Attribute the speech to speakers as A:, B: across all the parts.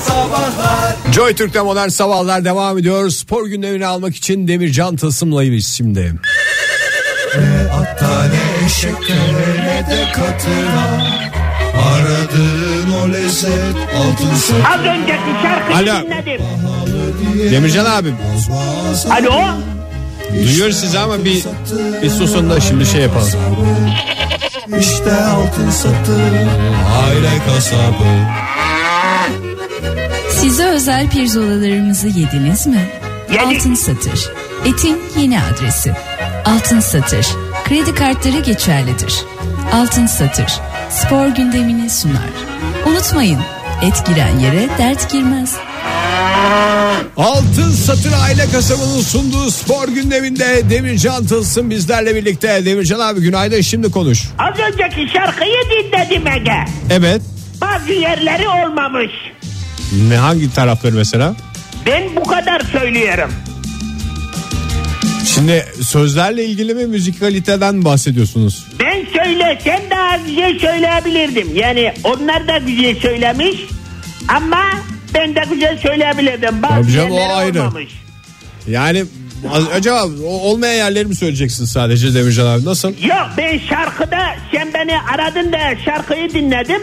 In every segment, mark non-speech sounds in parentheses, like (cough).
A: Sabahlar
B: Joy Türk'te modern sabahlar devam ediyor. Spor gündemini almak için Demircan Tasım'layız şimdi.
A: Hatta ne eşekte ne de katına Aradığın o lezzet altın sarı
C: Az önceki şarkıyı
B: Alo.
C: dinledim.
B: Demircan abi
A: bazen
C: Alo.
B: duyuyoruz sizi ama bir, bir susun da şimdi şey yapalım.
A: İşte altın satı aile kasabı
D: Size özel pirzolalarımızı yediniz mi?
C: Yedik.
D: Altın Satır. Etin yeni adresi. Altın Satır. Kredi kartları geçerlidir. Altın Satır. Spor gündemini sunar. Unutmayın. Et giren yere dert girmez.
B: Altın Satır Aile Kasabı'nın sunduğu spor gündeminde Demircan Tılsım bizlerle birlikte. Demircan abi günaydın şimdi konuş.
C: Az önceki şarkıyı dinledim Ege.
B: Evet.
C: Bazı yerleri olmamış.
B: Ne hangi tarafları mesela?
C: Ben bu kadar söylüyorum.
B: Şimdi sözlerle ilgili mi müzikaliteden bahsediyorsunuz?
C: Ben söylesem daha güzel şey söyleyebilirdim. Yani onlar da güzel söylemiş ama ben de güzel söyleyebilirdim. Bazı
B: Tabii canım, o
C: yerleri
B: ayrı.
C: olmamış.
B: Yani az- acaba o- olmayan yerleri mi söyleyeceksin sadece Demircan abi nasıl?
C: Yok ben şarkıda sen beni aradın da şarkıyı dinledim.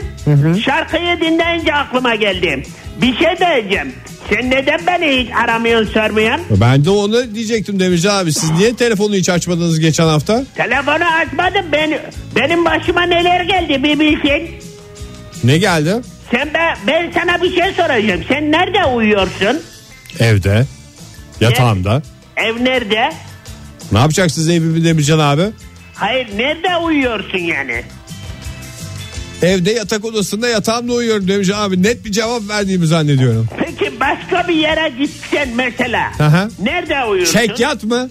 C: Şarkıyı dinleyince aklıma geldi. Bir şey diyeceğim. Sen neden beni hiç aramıyorsun sormayan?
B: Ben de onu diyecektim Demircan abi siz niye telefonu hiç açmadınız geçen hafta?
C: Telefonu açmadım ben benim başıma neler geldi bir bilsin.
B: Ne geldi?
C: Sen be, ben sana bir şey soracağım. Sen nerede uyuyorsun?
B: Evde. Yatağımda.
C: Ev nerede?
B: Ne yapacaksınız evimi Demircan abi?
C: Hayır nerede uyuyorsun yani?
B: Evde yatak odasında yatağımda uyuyorum Demircan abi. Net bir cevap verdiğimi zannediyorum.
C: Peki başka bir yere gitsen mesela.
B: Aha.
C: Nerede uyuyorsun?
B: Çek yat mı?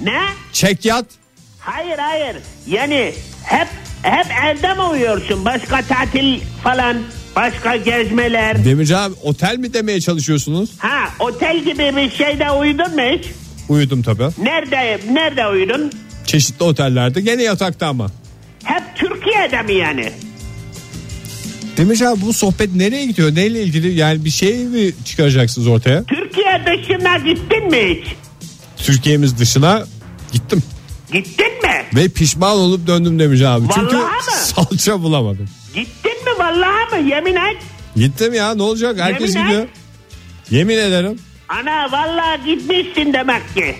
C: Ne?
B: Çek yat.
C: Hayır hayır. Yani hep hep evde mi uyuyorsun? Başka tatil falan, başka gezmeler.
B: Demircan abi otel mi demeye çalışıyorsunuz?
C: Ha, otel gibi bir şeyde uyudun mu hiç?
B: Uyudum tabii.
C: Nerede nerede uyudun?
B: Çeşitli otellerde gene yatakta ama.
C: Hep Türkiye'de mi yani?
B: Demircan abi bu sohbet nereye gidiyor? Neyle ilgili? Yani bir şey mi çıkaracaksınız ortaya?
C: Türkiye dışına gittin mi hiç?
B: Türkiye'miz dışına gittim.
C: Gittin mi?
B: Ve pişman olup döndüm Demircan abi. Çünkü
C: Vallahi mi?
B: salça bulamadım.
C: Gittin mi vallahi mi? Yemin et.
B: Gittim ya ne olacak? Herkes
C: Yemin et.
B: gidiyor. Yemin ederim.
C: Ana vallahi gitmişsin demek ki.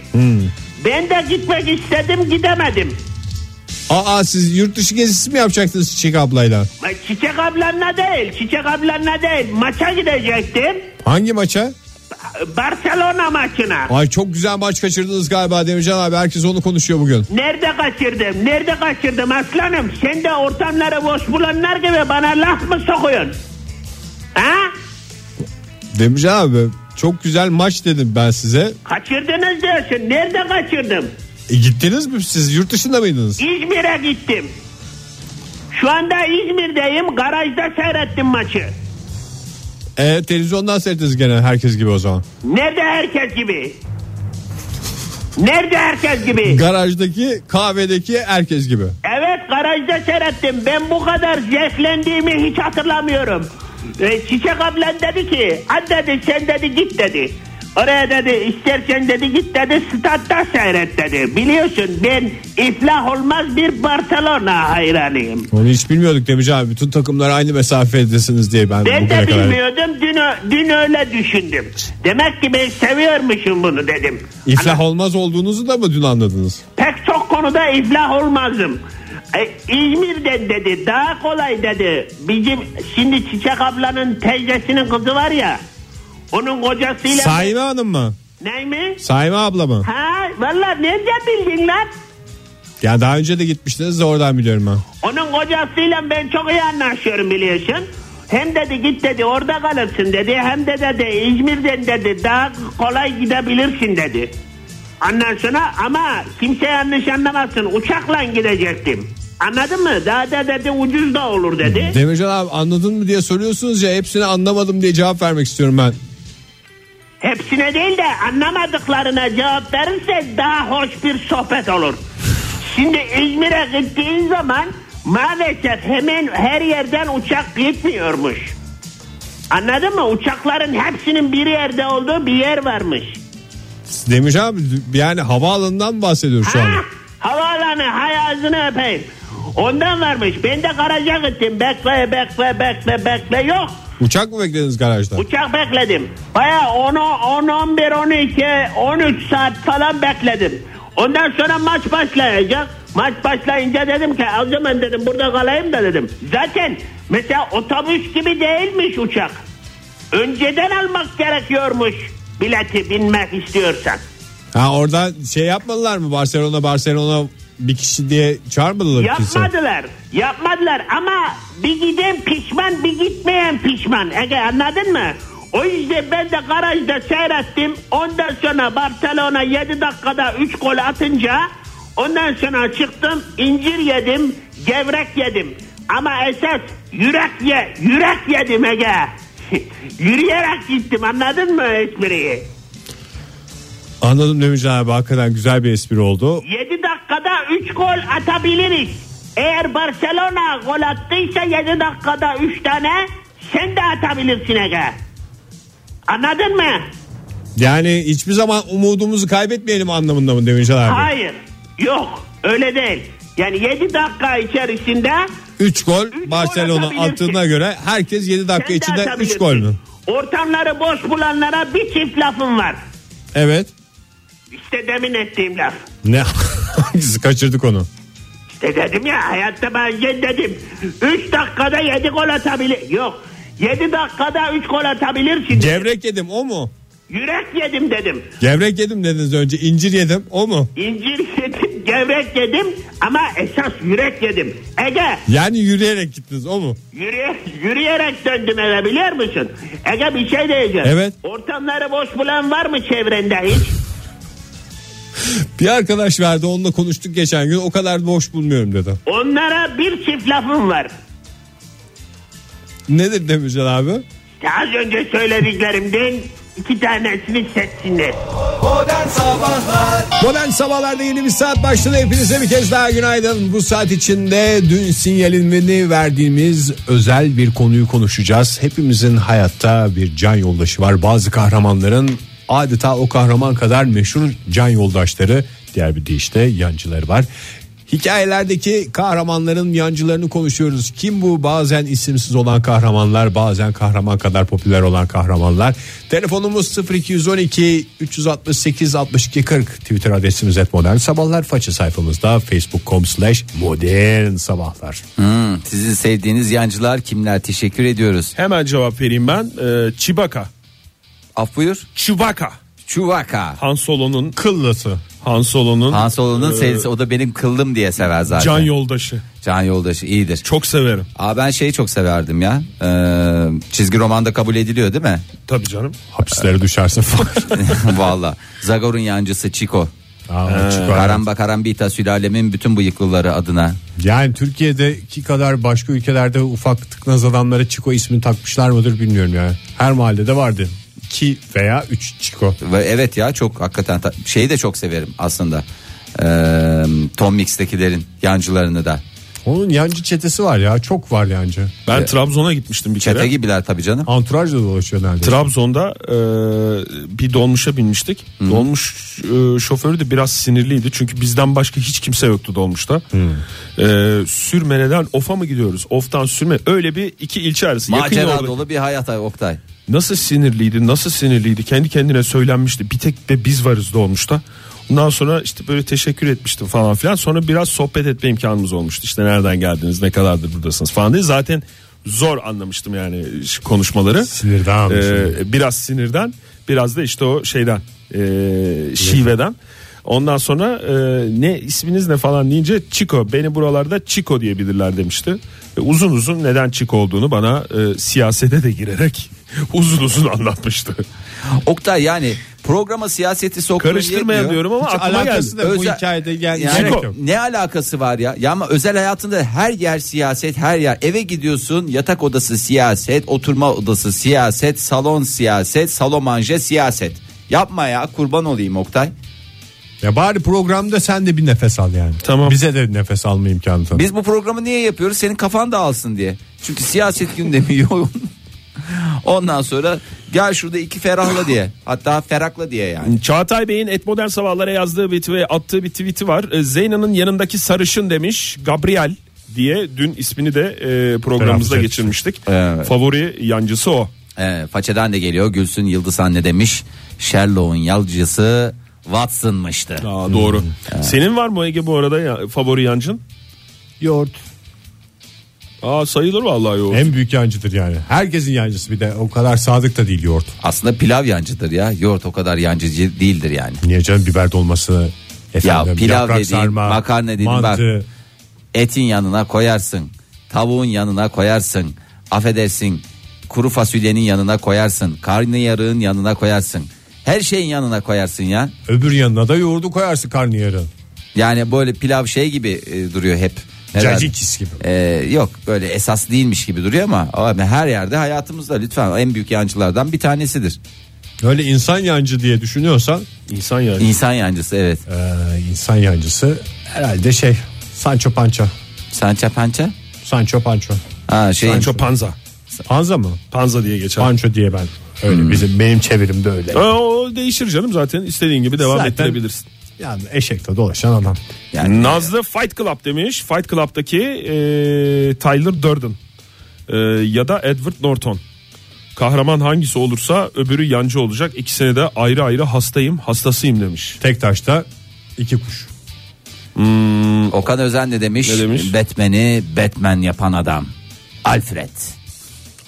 C: Ben de gitmek istedim gidemedim.
B: Aa siz yurt dışı gezisi mi yapacaktınız Çiçek ablayla?
C: Ay, Çiçek ablanla değil, Çiçek ablanla değil. Maça gidecektim.
B: Hangi maça?
C: Barcelona maçına.
B: Ay çok güzel maç kaçırdınız galiba Demircan abi. Herkes onu konuşuyor bugün.
C: Nerede kaçırdım? Nerede kaçırdım aslanım? Sen de ortamları boş bulanlar gibi bana laf mı sokuyorsun? Ha?
B: Demircan abi çok güzel maç dedim ben size.
C: Kaçırdınız diyorsun. Nerede kaçırdım?
B: E, gittiniz mi siz? Yurt dışında mıydınız?
C: İzmir'e gittim. Şu anda İzmir'deyim. Garajda seyrettim maçı.
B: E, televizyondan seyrettiniz gene herkes gibi o zaman.
C: Nerede herkes gibi? Nerede herkes gibi?
B: Garajdaki kahvedeki herkes gibi.
C: Evet garajda seyrettim. Ben bu kadar zevklendiğimi hiç hatırlamıyorum. E, Çiçek ablan dedi ki hadi dedi sen dedi git dedi. Oraya dedi istersen dedi git dedi statta seyret dedi. Biliyorsun ben iflah olmaz bir Barcelona hayranıyım.
B: Onu hiç bilmiyorduk Demircan abi. Bütün takımlar aynı mesafedesiniz diye ben,
C: Ben
B: bugüne
C: de
B: kadar.
C: bilmiyordum dün, ö- dün öyle düşündüm. Demek ki ben seviyormuşum bunu dedim.
B: İflah olmaz olduğunuzu da mı dün anladınız?
C: Pek çok konuda iflah olmazdım. E, İzmir'den dedi daha kolay dedi. Bizim şimdi Çiçek ablanın teyzesinin kızı var ya. Onun kocasıyla...
B: Saime Hanım mı?
C: Ney mi?
B: Saime abla mı?
C: Ha valla nereden bildin lan?
B: Ya daha önce de gitmiştiniz de oradan biliyorum ben.
C: Onun kocasıyla ben çok iyi anlaşıyorum biliyorsun. Hem dedi git dedi orada kalırsın dedi. Hem de dedi İzmir'den dedi daha kolay gidebilirsin dedi. Ondan sonra ama kimse yanlış anlamasın uçakla gidecektim. Anladın mı? Daha da dedi ucuz da olur dedi.
B: Demircan abi anladın mı diye soruyorsunuz ya hepsini anlamadım diye cevap vermek istiyorum ben.
C: Hepsine değil de anlamadıklarına cevap verirse daha hoş bir sohbet olur. Şimdi İzmir'e gittiğin zaman maalesef hemen her yerden uçak gitmiyormuş. Anladın mı? Uçakların hepsinin bir yerde olduğu bir yer varmış.
B: Demiş abi yani havaalanından bahsediyor şu
C: Ha,
B: an.
C: Ah! havaalanı hay ağzını öpeyim. Ondan varmış. Ben de garaja gittim. Bekle bekle bekle bekle yok.
B: Uçak mı beklediniz garajda?
C: Uçak bekledim. Baya 10, 10, 11, 12, 13 saat falan bekledim. Ondan sonra maç başlayacak. Maç başlayınca dedim ki o zaman dedim burada kalayım da dedim. Zaten mesela otobüs gibi değilmiş uçak. Önceden almak gerekiyormuş bileti binmek istiyorsan.
B: Ha oradan şey yapmadılar mı Barcelona Barcelona bir kişi diye çağırmadılar mı kimse?
C: Yapmadılar. Yapmadılar ama bir giden pişman bir gitmeyen pişman. Ege anladın mı? O yüzden ben de garajda seyrettim. Ondan sonra Barcelona 7 dakikada 3 gol atınca ondan sonra çıktım incir yedim gevrek yedim. Ama esas yürek ye, yürek yedim Ege. (laughs) Yürüyerek gittim anladın mı espriyi?
B: Anladım Demircan abi hakikaten güzel bir espri oldu.
C: 7 dakikada 3 gol atabiliriz. Eğer Barcelona gol attıysa 7 dakikada 3 tane sen de atabilirsin Ege. Anladın mı?
B: Yani hiçbir zaman umudumuzu kaybetmeyelim anlamında mı Demircan abi?
C: Hayır. Yok. Öyle değil. Yani 7 dakika içerisinde
B: 3 gol
C: gol
B: Barcelona
C: atabilirsin.
B: attığına göre herkes 7
C: sen
B: dakika
C: de
B: içinde 3
C: atabilirsin.
B: gol mü?
C: Ortamları boş bulanlara bir çift lafım var.
B: Evet.
C: İşte demin ettiğim laf.
B: Ne? (laughs) Hangisi kaçırdık onu?
C: İşte dedim ya hayatta ben ye dedim. 3 dakikada 7 gol atabilir. Yok. 7 dakikada 3 gol atabilirsin.
B: Gevrek yedim o mu?
C: Yürek yedim dedim.
B: Gevrek yedim dediniz önce incir yedim o mu?
C: İncir yedim, gevrek yedim ama esas yürek yedim. Ege,
B: Yani yürüyerek gittiniz o mu?
C: yürüye, yürüyerek döndüm eve biliyor musun? Ege bir şey diyeceğim.
B: Evet.
C: Ortamları boş bulan var mı çevrende hiç?
B: Bir arkadaş verdi onunla konuştuk geçen gün o kadar boş bulmuyorum dedi.
C: Onlara bir çift lafım var.
B: Nedir Demircan abi?
C: İşte az önce söylediklerimden iki tanesini seçsinler.
A: Modern Sabahlar
B: Modern Sabahlar'da yeni bir saat başladı. Hepinize bir kez daha günaydın. Bu saat içinde dün sinyalini verdiğimiz özel bir konuyu konuşacağız. Hepimizin hayatta bir can yoldaşı var. Bazı kahramanların adeta o kahraman kadar meşhur can yoldaşları. Diğer bir deyişle yancıları var. Hikayelerdeki kahramanların yancılarını konuşuyoruz. Kim bu? Bazen isimsiz olan kahramanlar, bazen kahraman kadar popüler olan kahramanlar. Telefonumuz 0212 368 62 40. Twitter adresimiz et modern sabahlar. Faça sayfamızda facebook.com slash modern sabahlar.
E: Hmm, sizin sevdiğiniz yancılar kimler? Teşekkür ediyoruz.
F: Hemen cevap vereyim ben. Ee, Chewbacca.
E: Af buyur.
F: Chewbacca.
E: Çuvaka.
F: Han Solo'nun
B: Kıllası.
F: Han Solo'nun
E: Han Solo'nun
F: e,
E: sevgisi o da benim kıldım diye sever zaten.
F: can yoldaşı.
E: Can yoldaşı iyidir.
F: Çok severim.
E: Aa, ben şeyi çok severdim ya. Ee, çizgi romanda kabul ediliyor değil mi? (laughs)
F: Tabii canım. Ee,
B: Hapislere düşersin
F: (laughs)
B: falan.
E: Valla. Zagor'un yancısı Chico.
B: Aa, çıkar.
E: Karamba karambita sülalemin bütün bıyıklıları adına.
B: Yani Türkiye'deki kadar başka ülkelerde ufak tıknaz adamlara Çiko ismini takmışlar mıdır bilmiyorum yani. Her mahallede vardı. 2 veya 3 Çiko.
E: Ve evet ya çok hakikaten ta- şeyi de çok severim aslında. Ee, Tom Mix'tekilerin yancılarını da.
B: Onun yancı çetesi var ya çok var yancı.
F: Ben Trabzon'a gitmiştim bir
E: Çete
F: kere.
E: gibiler tabii canım.
B: Anturajla dolaşıyor neredeyse.
F: Trabzon'da e, bir dolmuşa binmiştik. Dolmuş e, şoförü de biraz sinirliydi. Çünkü bizden başka hiç kimse yoktu dolmuşta. E, sürmeneden Of'a mı gidiyoruz? Of'tan sürme. Öyle bir iki ilçe arası. Yakın
E: Macera
F: yolda-
E: dolu bir hayat ay Oktay.
F: Nasıl sinirliydi nasıl sinirliydi kendi kendine söylenmişti bir tek de biz varız dolmuşta. Ondan sonra işte böyle teşekkür etmiştim falan filan. Sonra biraz sohbet etme imkanımız olmuştu. İşte nereden geldiniz, ne kadardır buradasınız falan diye. Zaten zor anlamıştım yani şu konuşmaları.
B: Sinirden anlamışsın.
F: Ee, biraz sinirden, biraz da işte o şeyden, ee, şiveden. Ondan sonra ee, ne isminiz ne falan deyince Chico beni buralarda Chico diyebilirler demişti. Ve uzun uzun neden Chico olduğunu bana ee, siyasete de girerek (laughs) uzun uzun anlatmıştı.
E: Oktay yani programa siyaseti sokmayı
F: Karıştırmayan diyorum ama
B: Hiç
F: aklıma
B: alakası
F: geldi.
B: da- Bu hikayede gel- gerek yok.
E: Ne alakası var ya? Ya ama özel hayatında her yer siyaset, her yer. Eve gidiyorsun, yatak odası siyaset, oturma odası siyaset, salon siyaset, salon manje siyaset. Yapma ya, kurban olayım Oktay.
B: Ya bari programda sen de bir nefes al yani.
F: Tamam.
B: Bize de nefes alma imkanı tanı.
E: (laughs) Biz bu programı niye yapıyoruz? Senin kafan da alsın diye. Çünkü siyaset gündemi yoğun. Ondan sonra gel şurada iki ferahla diye. Hatta ferakla diye yani.
F: Çağatay Bey'in et modern sabahlara yazdığı bir ve attığı bir tweet'i var. E, Zeyna'nın yanındaki sarışın demiş Gabriel diye dün ismini de e, programımızda
B: Telaffuz
F: geçirmiştik.
E: Evet.
F: Favori yancısı o.
E: Ee, façeden de geliyor. Gülsün Yıldız anne demiş. Sherlock'un yalcısı Watson'mıştı.
F: Aa, doğru. Senin var mı Ege bu arada ya, favori yancın?
B: Yoğurt.
F: Aa sayılır vallahi yoğurt.
B: En büyük yancıdır yani. Herkesin yancısı bir de o kadar sadık da değil yoğurt.
E: Aslında pilav yancıdır ya. Yoğurt o kadar yancıcı değildir yani.
B: Niye canım biber dolması efendim,
E: Ya pilav
B: yaprak
E: dediğin,
B: sarma,
E: makarna dediğin bak.
B: mantı.
E: Etin yanına koyarsın. Tavuğun yanına koyarsın. Affedersin. Kuru fasulyenin yanına koyarsın. Karnıyarığın yanına koyarsın. Her şeyin yanına koyarsın ya.
B: Öbür yanına da yoğurdu koyarsın karnıyarın.
E: Yani böyle pilav şey gibi e, duruyor hep. Ne derler?
B: Cacikis gibi.
E: E, yok böyle esas değilmiş gibi duruyor ama, ama her yerde hayatımızda lütfen en büyük yancılardan bir tanesidir.
B: Öyle insan yancı diye düşünüyorsan
F: İnsan yancı.
E: İnsan yancısı evet.
B: eee, insan yancısı herhalde şey Sancho Pança.
E: Sança pança.
B: Sancho Pancho.
E: Ha şey.
F: Sancho Panza.
B: Panza mı?
F: Panza diye geçer.
B: Pancho diye ben. Hmm. Öyle bizim benim çevirimde öyle.
F: Aa, o değişir canım zaten istediğin gibi devam
B: Zaten-
F: ettirebilirsin.
B: Yani eşekle dolaşan adam.
E: Yani-
F: Nazlı Fight Club demiş. Fight Club'daki e, Tyler Durden e, ya da Edward Norton. Kahraman hangisi olursa öbürü yancı olacak. İkisine de ayrı ayrı hastayım, hastasıyım demiş.
B: Tek taşta iki kuş.
E: Okan Özen de demiş,
F: Hmm. Ne demiş?
E: Batman'i Batman yapan adam. Alfred.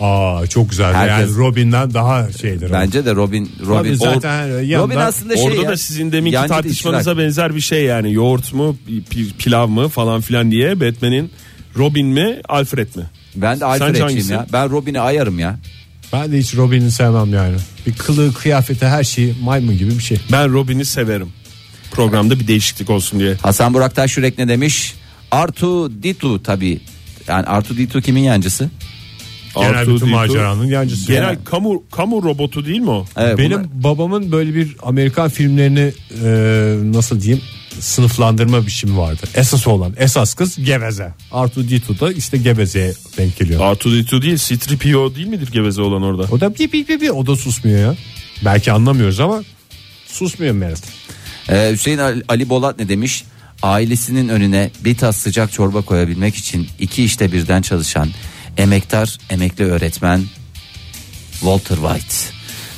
B: Aa çok güzel.
E: Herkes-
B: Yani Robin'den daha şeydir. o.
E: Bence de Robin Robin
B: Tabii zaten yandan-
E: Robin aslında şey
F: Orada
E: ya,
F: da sizin deminki
E: yancı da
F: tartışmanıza
E: işçiler.
F: benzer bir şey yani. Yoğurt mu, pi- pilav mı falan filan diye Batman'in Robin mi, Alfred mi?
E: ben de
F: Sence
E: Alfred'ciyim
F: hangisi?
E: ya. Ben Robin'i ayarım ya.
B: Ben de hiç Robin'i sevmem yani. Bir kılığı, kıyafeti, her şeyi maymun gibi bir şey.
F: Ben Robin'i severim. Programda bir değişiklik olsun diye.
E: Hasan Burak Taşyürek ne demiş? Artu Ditu tabii. Yani Artu Ditu kimin yancısı?
B: Genel
F: Arthur
B: bütün
F: Dito-
B: maceranın yancısı.
F: Genel kamu kamu robotu değil mi o?
E: Evet,
B: Benim
E: bunlar-
B: babamın böyle bir Amerikan filmlerini e, nasıl diyeyim sınıflandırma biçimi vardı. Esas olan esas kız geveze. Artu Ditu da işte gevezeye denk geliyor.
F: R2D2 değil, C3PO değil midir geveze olan orada?
B: O da bir bir bir bir o da susmuyor ya. Belki anlamıyoruz ama susmuyor Merit.
E: Ee, Hüseyin Ali- Ali Bolat ne demiş? Ailesinin önüne bir tas sıcak çorba koyabilmek için iki işte birden çalışan emektar, emekli öğretmen Walter White.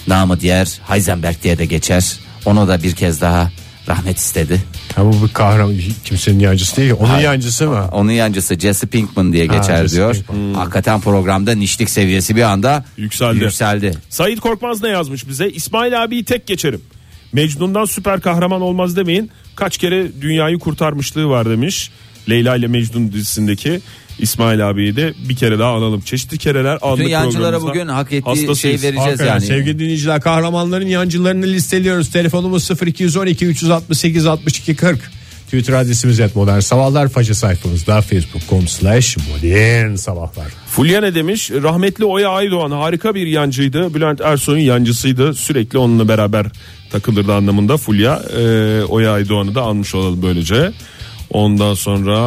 E: Namı diğer Heisenberg diye de geçer. Ona da bir kez daha rahmet istedi.
B: Ha bu bir kahraman kimsenin yancısı değil. ki. Onun yancısı mı?
E: Onun yancısı Jesse Pinkman diye geçer
B: Jesse
E: diyor.
B: Pinkman.
E: Hakikaten programda nişlik seviyesi bir anda
F: Yükseldi.
E: yükseldi.
F: Sait Korkmaz ne yazmış bize? İsmail abiyi tek geçerim. Mecnun'dan süper kahraman olmaz demeyin. Kaç kere dünyayı kurtarmışlığı var demiş. Leyla ile Mecnun dizisindeki İsmail abiyi de bir kere daha analım. Çeşitli kereler anlık
E: Bütün yancılara
F: programımızda
E: bugün hak ettiği şey
F: hastasıyız.
E: şeyi vereceğiz
B: Hakikaten
E: yani.
B: sevgili dinleyiciler kahramanların yancılarını listeliyoruz. Telefonumuz 0212 368 62 40. Twitter adresimiz et modern sabahlar. Faça sayfamızda facebook.com slash modern sabahlar.
F: Fulya ne demiş? Rahmetli Oya Aydoğan harika bir yancıydı. Bülent Ersoy'un yancısıydı. Sürekli onunla beraber takılırdı anlamında Fulya. Ee, Oya Aydoğan'ı da almış olalım böylece. Ondan sonra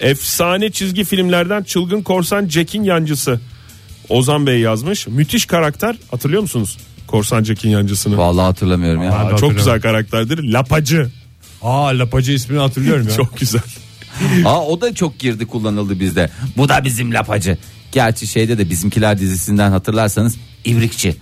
F: efsane çizgi filmlerden çılgın korsan Jack'in yancısı. Ozan Bey yazmış. Müthiş karakter hatırlıyor musunuz? Korsan Jack'in yancısını.
E: Vallahi hatırlamıyorum ya.
F: Aa, çok
B: hatırlıyorum.
F: güzel karakterdir. Lapacı.
B: Aa lapacı ismini hatırlıyorum ya.
F: (laughs) Çok güzel.
E: Aa, o da çok girdi kullanıldı bizde. Bu da bizim lapacı. Gerçi şeyde de bizimkiler dizisinden hatırlarsanız ibrikçi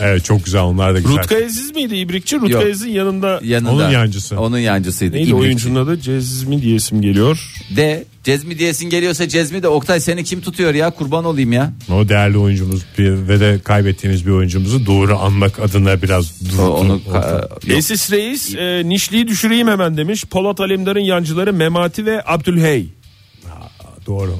B: Evet çok güzel onlar da güzel.
F: Rutka Eziz miydi İbrikçi?
E: Yok.
F: Rutka Eziz'in yanında
E: yanında.
B: Onun yancısı.
E: Onun yancısıydı.
F: Neydi
E: İbrikçi.
F: oyuncunun adı? Cezmi diye isim geliyor.
E: De Cezmi diyesin geliyorsa Cezmi de Oktay seni kim tutuyor ya kurban olayım ya.
B: O değerli oyuncumuz bir, ve de kaybettiğimiz bir oyuncumuzu doğru anmak adına biraz durdu.
E: O- onu
B: orada.
E: e, yok.
F: Esis Reis e, nişliği düşüreyim hemen demiş. Polat Alemdar'ın yancıları Memati ve Abdülhey.
B: Oh, Doğru.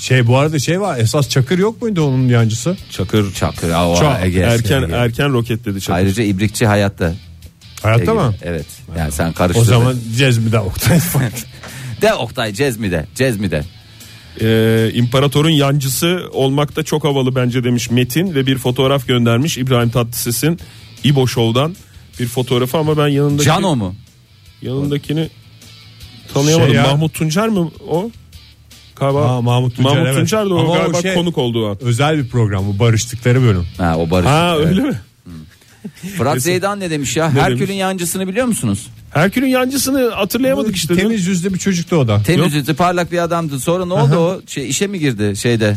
B: Şey bu arada şey var esas Çakır yok muydu onun yancısı?
E: Çakır Çakır. Aa,
B: Çok
E: Ege.
F: erken
E: Ege.
F: erken roketledi çakır.
E: Ayrıca ibrikçi hayatta.
B: Hayatta
E: Ege.
B: mı?
E: Evet. Yani sen
B: O
E: karıştırdın.
B: zaman Cezmi de (laughs) Oktay.
E: De Oktay Cezmi de. Cezmi de.
F: E, imparatorun yancısı olmak da çok havalı bence demiş Metin ve bir fotoğraf göndermiş İbrahim Tatlıses'in İbo Show'dan bir fotoğrafı ama ben yanındaki
E: Cano mu?
F: yanındakini tanıyamadım.
B: Şey ya-
F: Mahmut Tuncer mi o? Galiba
B: Ha, Mahmut Tuncer, evet.
F: Tuncer de o
B: Ama o
F: galiba
B: şey-
F: konuk olduğu an.
B: Özel bir program bu barıştıkları bölüm.
E: Ha o barış.
F: Ha
E: Evet.
F: öyle mi?
E: Fırat Zeydan ne demiş ya? Herkül'ün yancısını biliyor musunuz?
F: Herkül'ün yancısını hatırlayamadık işte. değil mi?
B: Temiz yüzlü bir çocuktu o da.
E: Temiz yüzlü parlak bir adamdı. Sonra ne oldu o? Şey, işe mi girdi şeyde?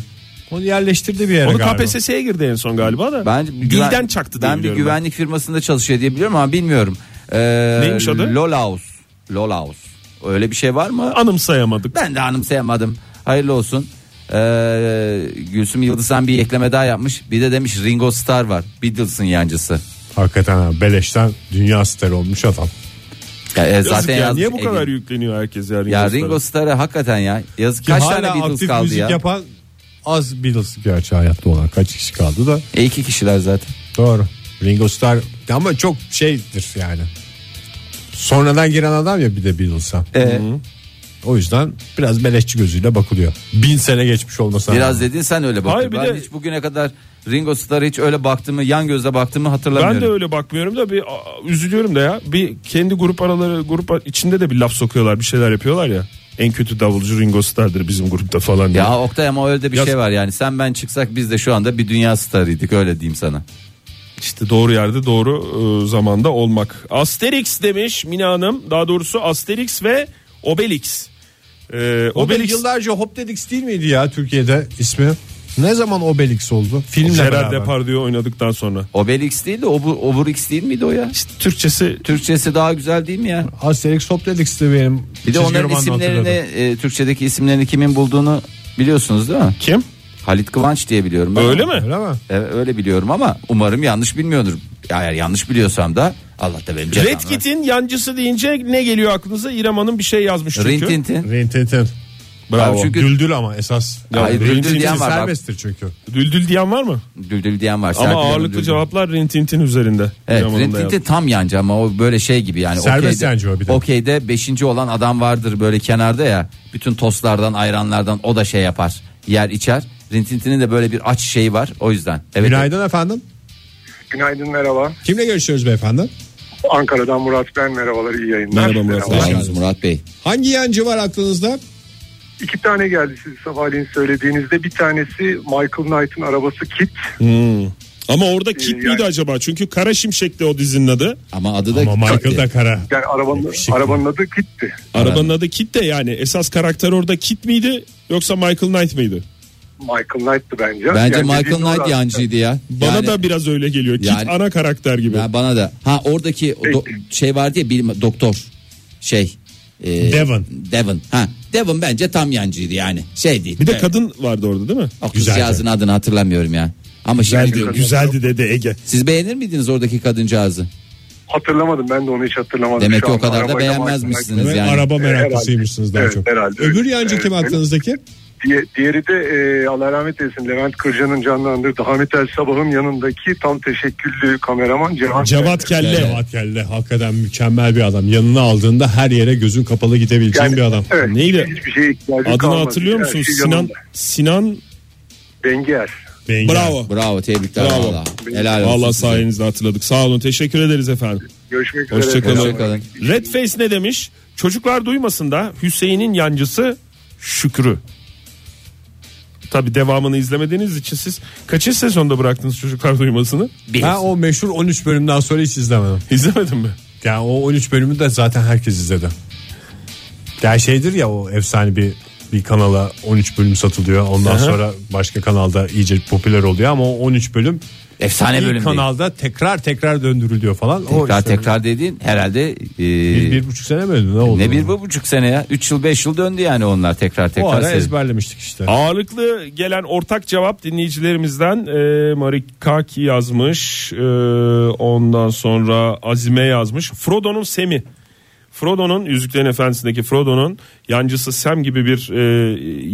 B: Onu yerleştirdi bir yere
F: Onu
B: galiba.
F: KPSS'ye girdi en son galiba da.
E: Ben
F: Dilden çaktı diye
E: Ben bir
F: biliyorum ben.
E: güvenlik firmasında çalışıyor diye biliyorum ama bilmiyorum. Ee,
F: Neymiş adı?
E: Lolaus. Lolaus. Öyle bir şey var mı?
F: Anımsayamadık.
E: Ben de anımsayamadım. Hayırlı olsun. Ee, Gülsüm Yıldızhan bir ekleme daha yapmış. Bir de demiş Ringo Starr var. Beatles'ın yancısı.
B: Hakikaten ha, beleşten dünya starı olmuş adam.
E: Ya, e,
F: Yazık
E: zaten
F: ya,
E: yazmış
F: niye bu kadar
E: Egil.
F: yükleniyor herkes ya Ringo,
E: Ya
F: Starr'a?
E: Ringo Starr'a hakikaten ya. Yazık
B: Ki
E: kaç
B: hala
E: tane Beatles
B: aktif
E: kaldı
B: müzik
E: ya?
B: yapan az Beatles gerçi hayatta olan kaç kişi kaldı da.
E: E iki kişiler zaten.
B: Doğru. Ringo Starr ama çok şeydir yani. Sonradan giren adam ya bir de Beatles'a.
E: E,
F: Hmm.
B: O yüzden biraz beleşçi gözüyle bakılıyor. Bin sene geçmiş olmasına
E: biraz
B: rağmen.
E: dedin sen öyle
F: Hayır,
E: baktın.
F: bir
E: Ben
F: de-
E: hiç bugüne kadar Ringo Starr hiç öyle baktığımı, yan gözle baktığımı hatırlamıyorum.
F: Ben de öyle bakmıyorum da bir aa, üzülüyorum da ya. Bir kendi grup araları grup ar- içinde de bir laf sokuyorlar, bir şeyler yapıyorlar ya. En kötü davulcu Ringo Starr'dır bizim grupta falan diye.
E: Ya Oktay ama öyle bir
F: Yaz-
E: şey var yani sen ben çıksak biz de şu anda bir dünya starıydık öyle diyeyim sana.
F: İşte doğru yerde doğru e, zamanda olmak. Asterix demiş Mina Hanım. Daha doğrusu Asterix ve Obelix. Ee,
B: O da
F: Obelix
B: yıllarca Hopdelix değil miydi ya Türkiye'de ismi? Ne zaman Obelix oldu? Filmle
F: Gerard
B: beraber.
F: Depardieu oynadıktan sonra.
E: Obelix değil de Obu- Oburix değil miydi o ya?
F: İşte Türkçesi
E: Türkçesi daha güzel değil mi ya?
B: Asterix Hopdelix de benim
E: Bir de
B: çizgi
E: onların
B: romanla
E: isimlerini
B: hatırladım.
E: e, Türkçedeki isimlerini kimin bulduğunu biliyorsunuz değil mi?
F: kim?
E: Halit Kıvanç diye biliyorum. ben.
F: Öyle mi?
B: Öyle mi?
E: E, öyle biliyorum ama umarım yanlış bilmiyordur. Eğer yanlış biliyorsam da Allah da benim cezamı.
F: Red Kit'in yancısı deyince ne geliyor aklınıza? İrem Hanım bir şey yazmış çünkü.
E: Rintintin.
B: Rintintin.
F: Bravo.
E: Abi çünkü-
B: Güldül ama esas.
E: Ya, Hayır,
B: Rintintin
E: Güldül diyen var bak.
B: Serbesttir çünkü.
F: Düldül diyen var mı?
E: Düldül diyen var. Serpil
F: Ama
E: Hanım
F: ağırlıklı
E: Düldül.
F: cevaplar Rintintin üzerinde.
E: Evet
F: İrem Hanım da yazmış.
E: Rintintin tam yancı ama o böyle şey gibi yani.
B: Serbest
E: okeyde-
B: yancı o bir de.
E: Okeyde beşinci olan adam vardır böyle kenarda ya. Bütün tostlardan ayranlardan o da şey yapar. Yer içer. Rintintin'in de böyle bir aç şeyi var o yüzden. Evet.
B: Günaydın efendim.
G: Günaydın merhaba.
B: Kimle görüşüyoruz beyefendi?
G: Ankara'dan Murat ben merhabalar iyi yayınlar.
F: Merhaba Murat.
E: Hoş geldiniz Murat Bey.
B: Hangi yancı var aklınızda?
G: İki tane geldi siz sabahleyin söylediğinizde. Bir tanesi Michael Knight'ın arabası Kit.
F: Ama orada kit miydi acaba? Çünkü Kara Şimşek'ti o dizinin adı.
E: Ama adı da
B: Ama Michael
E: Kit'ti.
B: da kara.
G: Yani arabanın, arabanın adı Kit'ti.
F: Arabanın adı Kit de yani esas karakter orada Kit miydi yoksa Michael Knight mıydı?
G: Michael Knight'tı bence.
E: Bence
G: Yani
E: Michael
G: dediğiniz
E: Knight
G: orası.
E: yancıydı ya.
F: Bana
E: Yani-
F: da biraz öyle geliyor. Kit
E: Yani-
F: ana karakter gibi.
E: Ya bana da. Ha oradaki o do- şey vardı ya bir doktor şey. e,
B: Devon.
E: Devon. Ha Devon bence tam yancıydı yani. Şey değil.
F: Bir de
E: Evet.
F: kadın vardı orada değil mi?
E: O
B: Güzeldi.
E: kızcağızın adını hatırlamıyorum ya. Ama şimdi diyorum.
F: güzeldi dedi Ege.
E: Siz beğenir miydiniz oradaki kadıncağızı?
G: Hatırlamadım ben de onu hiç hatırlamadım.
E: Demek
G: Şu
E: ki o
G: anda
E: kadar da
G: arabayla
E: beğenmezmişsiniz
B: Ve
E: yani.
B: Araba
G: Herhalde.
B: meraklısıymışsınız daha
G: Evet,
B: çok.
G: herhalde.
B: Öbür yancı
G: Evet,
B: kim
G: evet.
B: aklınızdaki?
G: Diye, diğeri de e, Allah rahmet eylesin Levent Kırca'nın canlandırdığı Hamit El Sabah'ın yanındaki tam teşekküllü kameraman Cevat.
B: Cevat Kelle.
E: Evet.
B: Cevat Kelle hakikaten mükemmel bir adam. Yanına aldığında her yere gözün kapalı gidebileceğin
G: Yani,
B: bir adam.
G: Evet,
F: Neydi?
G: Hiçbir şeye ihtiyacı
F: Adını
G: kalmadı.
F: hatırlıyor
G: Her
F: musunuz?
G: şey
F: Sinan
G: yanında.
F: Sinan
G: Dengiyer.
B: Beyin
F: Bravo.
E: Bravo tebrikler
F: Bravo.
E: valla. Helal olsun.
F: Vallahi
E: size.
F: sayenizde hatırladık. Sağ olun. Teşekkür ederiz efendim.
G: Görüşmek üzere.
F: Hoşçakalın.
E: Hoşçakalın.
F: Red Face ne demiş? Çocuklar duymasın da Hüseyin'in yancısı Şükrü. Tabi devamını izlemediğiniz için siz kaçıncı sezonda bıraktınız çocuklar duymasını?
E: Bir.
B: Ben o meşhur 13 bölümden sonra hiç izlemedim.
F: İzlemedin mi?
B: Yani o 13 bölümü de zaten herkes izledi. Yani şeydir ya o efsane bir bir kanala 13 bölüm satılıyor. Ondan
F: Aha.
B: sonra başka kanalda iyice popüler oluyor ama o 13 bölüm
E: Efsane
B: ilk
E: bölüm değil.
B: kanalda tekrar tekrar döndürülüyor falan. O
E: Tekrar
B: işte
E: tekrar dediğin herhalde e,
B: Bir, bir buçuk sene mi öldü? Ne oldu?
E: ne bir bu buçuk sene ya. Üç yıl beş yıl döndü yani onlar tekrar
B: O
E: tekrar.
B: ara
E: seyredip.
B: ezberlemiştik işte.
F: Ağırlıklı gelen ortak cevap dinleyicilerimizden e, Marikaki yazmış. e, ondan sonra Azime yazmış. Frodo'nun Semi. Frodo'nun Yüzüklerin Efendisi'ndeki Frodo'nun yancısı Sem gibi bir e,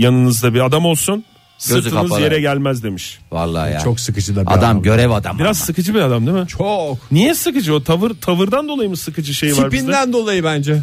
F: yanınızda bir adam olsun.
E: Gözü
F: Sırtınız
E: kapalı.
F: yere gelmez demiş.
E: Vallahi ya.
B: Çok sıkıcı da bir
E: adam, görev adamı.
F: Biraz
E: ama.
F: sıkıcı bir adam değil mi?
B: Çok.
F: Niye sıkıcı o tavır tavırdan dolayı mı sıkıcı şey var bizde?
B: Tipinden dolayı bence.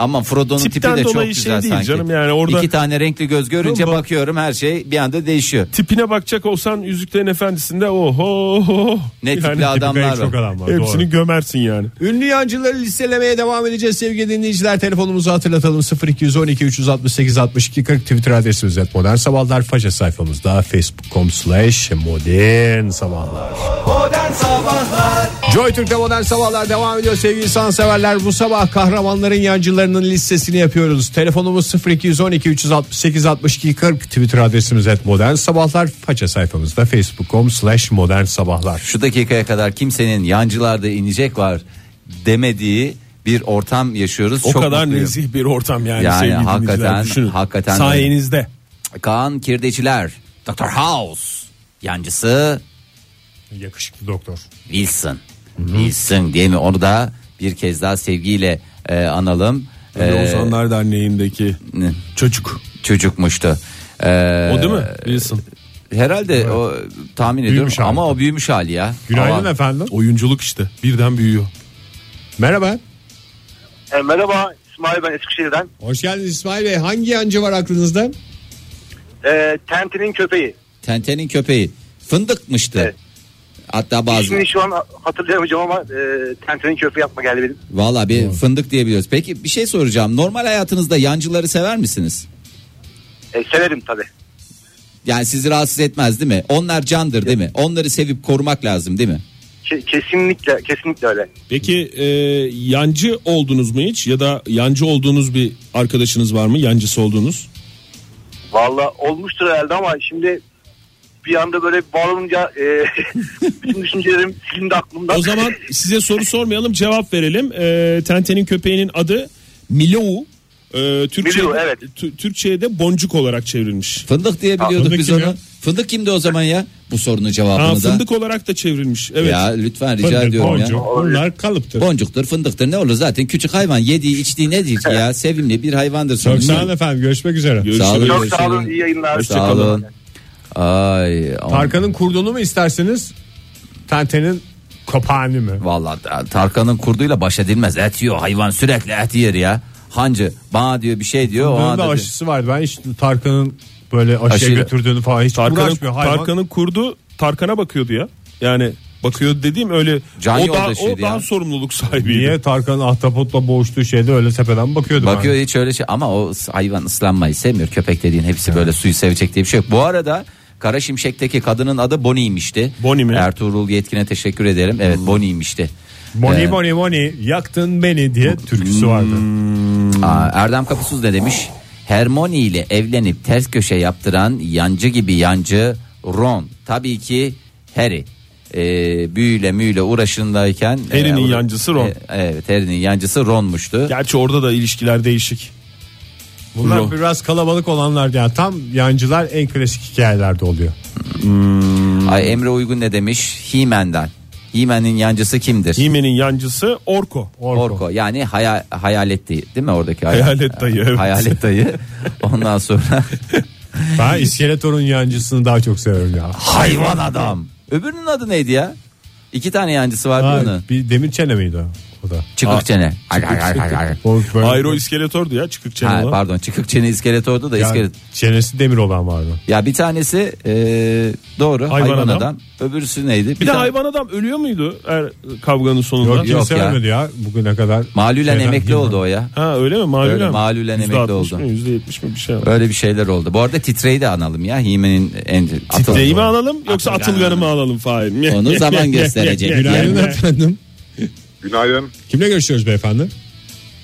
E: Ama Frodo'nun tipi
F: Tipten
E: de çok
F: dolayı şey
E: güzel
F: değil
E: sanki.
F: canım yani orada-
E: İki tane renkli göz görünce
F: Tamam.
E: bakıyorum her şey bir anda değişiyor.
F: Tipine bakacak olsan Yüzüklerin Efendisi'nde oho.
E: Ne tipli adamlar
B: Çok
E: var.
B: adam var. doğru.
F: Hepsini gömersin yani.
B: Ünlü yancıları listelemeye devam edeceğiz sevgili dinleyiciler. Telefonumuzu hatırlatalım 0212 368 62 40 Twitter adresimiz et modern sabahlar. Faça sayfamızda facebook.com slash modern sabahlar. Joy Türk'te modern sabahlar devam ediyor sevgili sanatseverler. Bu sabah kahramanların yancılarının listesini yapıyoruz. Telefonumuz 0212 368 62 40 Twitter adresimiz et modern sabahlar. Faça sayfamızda facebook.com slash modern sabahlar.
E: Şu dakikaya kadar kimsenin yancılarda inecek var demediği bir ortam yaşıyoruz.
F: O
E: Çok
F: kadar
E: mutluyum.
F: nezih bir ortam yani,
E: Yani
F: sevgili
E: hakikaten-
F: dinleyiciler. Düşünün.
E: hakikaten öyle.
F: Sayenizde.
E: Kaan Kirdeciler, Dr. House, yancısı
B: Yakışıklı doktor.
E: Wilson. Wilson değil mi? Onu da bir kez daha sevgiyle e, analım.
F: Ee,
E: E,
F: Ozanlar Derneği'ndeki
E: ne?
F: çocuk.
E: çocukmuştu. E,
F: O değil mi?
B: Ee,
F: Wilson.
E: Herhalde o tahmin ediyorum
B: Büyümüş hali.
E: ama o büyümüş hali ya.
B: Günaydın
E: Ama-
B: efendim.
F: Oyunculuk işte. Birden büyüyor.
B: Merhaba.
H: E, merhaba İsmail ben Eskişehir'den.
B: Hoş geldiniz İsmail Bey. Hangi yancı var aklınızda?
H: E, Tenti'nin köpeği.
E: Tenten'in köpeği fındıkmıştı.
H: Evet.
E: Hatta bazı
H: İsmini şu an hatırlayamayacağım ama e, Tenti'nin köpeği yapma geldi benim.
E: Valla bir fındık diyebiliyoruz. Peki bir şey soracağım. Normal hayatınızda yancıları sever misiniz?
H: E, severim tabii.
E: Yani sizi rahatsız etmez değil mi? Onlar candır değil mi? Onları sevip korumak lazım değil mi?
H: Ke- kesinlikle kesinlikle öyle.
I: Peki e, yancı oldunuz mu hiç ya da yancı olduğunuz bir arkadaşınız var mı yancısı olduğunuz?
H: Valla olmuştur herhalde ama şimdi bir anda böyle bağlanınca e, (laughs) bütün düşüncelerim silindi aklımdan.
I: O zaman size soru sormayalım cevap verelim. E, Tenten'in köpeğinin adı Milou. E, Türkçe,
H: Milou, evet.
I: Tü- Türkçe'de boncuk olarak çevrilmiş.
E: Fındık diye biliyorduk
B: fındık
E: biz
B: kim
E: onu.
B: ya?
E: Fındık kimdi o zaman ya? Bu sorunun cevabını
I: Ha,
E: da.
I: fındık olarak da çevrilmiş. Evet.
E: Ya lütfen rica
B: Fındık,
E: ediyorum
B: boncuk.
E: ya.
B: Bunlar kalıptır.
E: Boncuktur, fındıktır ne olur zaten küçük hayvan yediği içtiği nedir ki ya? Sevimli bir hayvandır
B: Çok
E: sonuçta.
B: sağ olun efendim. Görüşmek üzere.
E: Sağ olun.
H: Çok sağ olun
E: görüşürüz.
H: iyi yayınlar.
E: Sağ olun. Ay, aman.
B: Tarkan'ın kurduğunu mu isterseniz? Tente'nin kapağını mı?
E: Vallahi e, Tarkan'ın kurduyla baş edilmez. Et yiyor hayvan sürekli et yer ya. Hancı bana diyor bir şey diyor. O
B: Bunun da
E: anda diyor.
B: aşısı vardı. Ben hiç Tarkan'ın böyle aşıya
E: Aşıyla.
B: götürdüğünü falan hiç
F: Tarkan'ın,
B: uğraşmıyor. Hayvan.
F: Tarkan'ın kurdu Tarkan'a bakıyordu ya. Yani bakıyor dediğim öyle
E: Can
F: o, daha,
E: yoldaşıydı
F: o daha
E: ya.
F: sorumluluk sahibiydi.
B: Niye Tarkan'ın ahtapotla boğuştuğu şeyde öyle tepeden bakıyordum.
E: Bakıyor hiç öyle şey ama o hayvan ıslanmayı sevmiyor. Köpek dediğin hepsi böyle suyu sevecek diye bir şey yok. Bu arada Kara Şimşek'teki kadının adı Bonnie'ymişti.
F: Bonnie mi? Hmm.
E: Ertuğrul Yetkin'e teşekkür ederim. Evet Ee, Bonnie'ymişti.
B: Moni moni moni yaktın beni diye türküsü vardı.
F: Hmm.
E: Aa, Erdem Kapısız ne demiş? Hermione ile evlenip ters köşe yaptıran yancı gibi yancı Ron. Tabii ki Harry. Ee, büyüyle müyle uğraşındayken
F: Harry'nin
E: o da-
F: yancısı Ron.
E: E, evet Harry'nin yancısı Ron'muştu.
F: Gerçi orada da ilişkiler değişik.
B: Bunlar
F: Ro-
B: biraz kalabalık olanlar yani tam yancılar en klasik hikayelerde oluyor.
E: Ay Emre Uygun ne demiş? He-Man'den. He-Man'in yancısı kimdir?
F: Hime'nin yancısı Orko.
B: Orko.
E: Orko. yani hayal, hayalet değil, değil mi oradaki
F: Hayalet dayı, evet.
E: Hayalet dayı. Ondan
F: (laughs)
E: sonra
B: Ben iskeletorun yancısını daha çok severim ya.
E: hayvan adam. Öbürünün adı neydi ya? İki tane yancısı
B: Ha,
E: vardı onun.
B: bir demir çene miydi o? o da?
E: Çıkık çene. Ay, ay, ay, ay, ay.
B: O böyle-
F: Ayro iskeletordu ya çıkık çene
E: Ha,
F: olan.
E: pardon çıkık çene iskelet orada da
B: yani
E: iskelet.
B: Çenesi demir olan vardı.
E: Ya bir tanesi e, doğru hayvan,
F: Hayvan
E: adam.
F: adam.
E: Öbürsü neydi?
F: Bir de hayvan adam ölüyor muydu er, kavganın sonunda?
B: Yok,
E: yok
B: kimse
E: ya.
B: ölmedi ya. Bugüne kadar.
E: Malülen
B: Şeyden
E: emekli
B: değil mi?
E: oldu o ya.
F: Ha öyle mi? Malülen
E: Öyle,
F: mi?
E: malülen
F: Yüzde
E: emekli
F: altmış
E: oldu.
F: Mi, yüzde yetmiş mi bir şey var.
E: Öyle bir şeyler oldu. Bu arada titreyi de analım ya. Hime'nin en
F: Titreyi mi
E: atıl-
F: alalım yoksa atılganı mı alalım Fahir?
E: Onu
F: (laughs)
E: zaman gösterecek.
B: Günaydın
E: Yani-
B: efendim.
J: Günaydın.
B: Kimle görüşüyoruz beyefendi?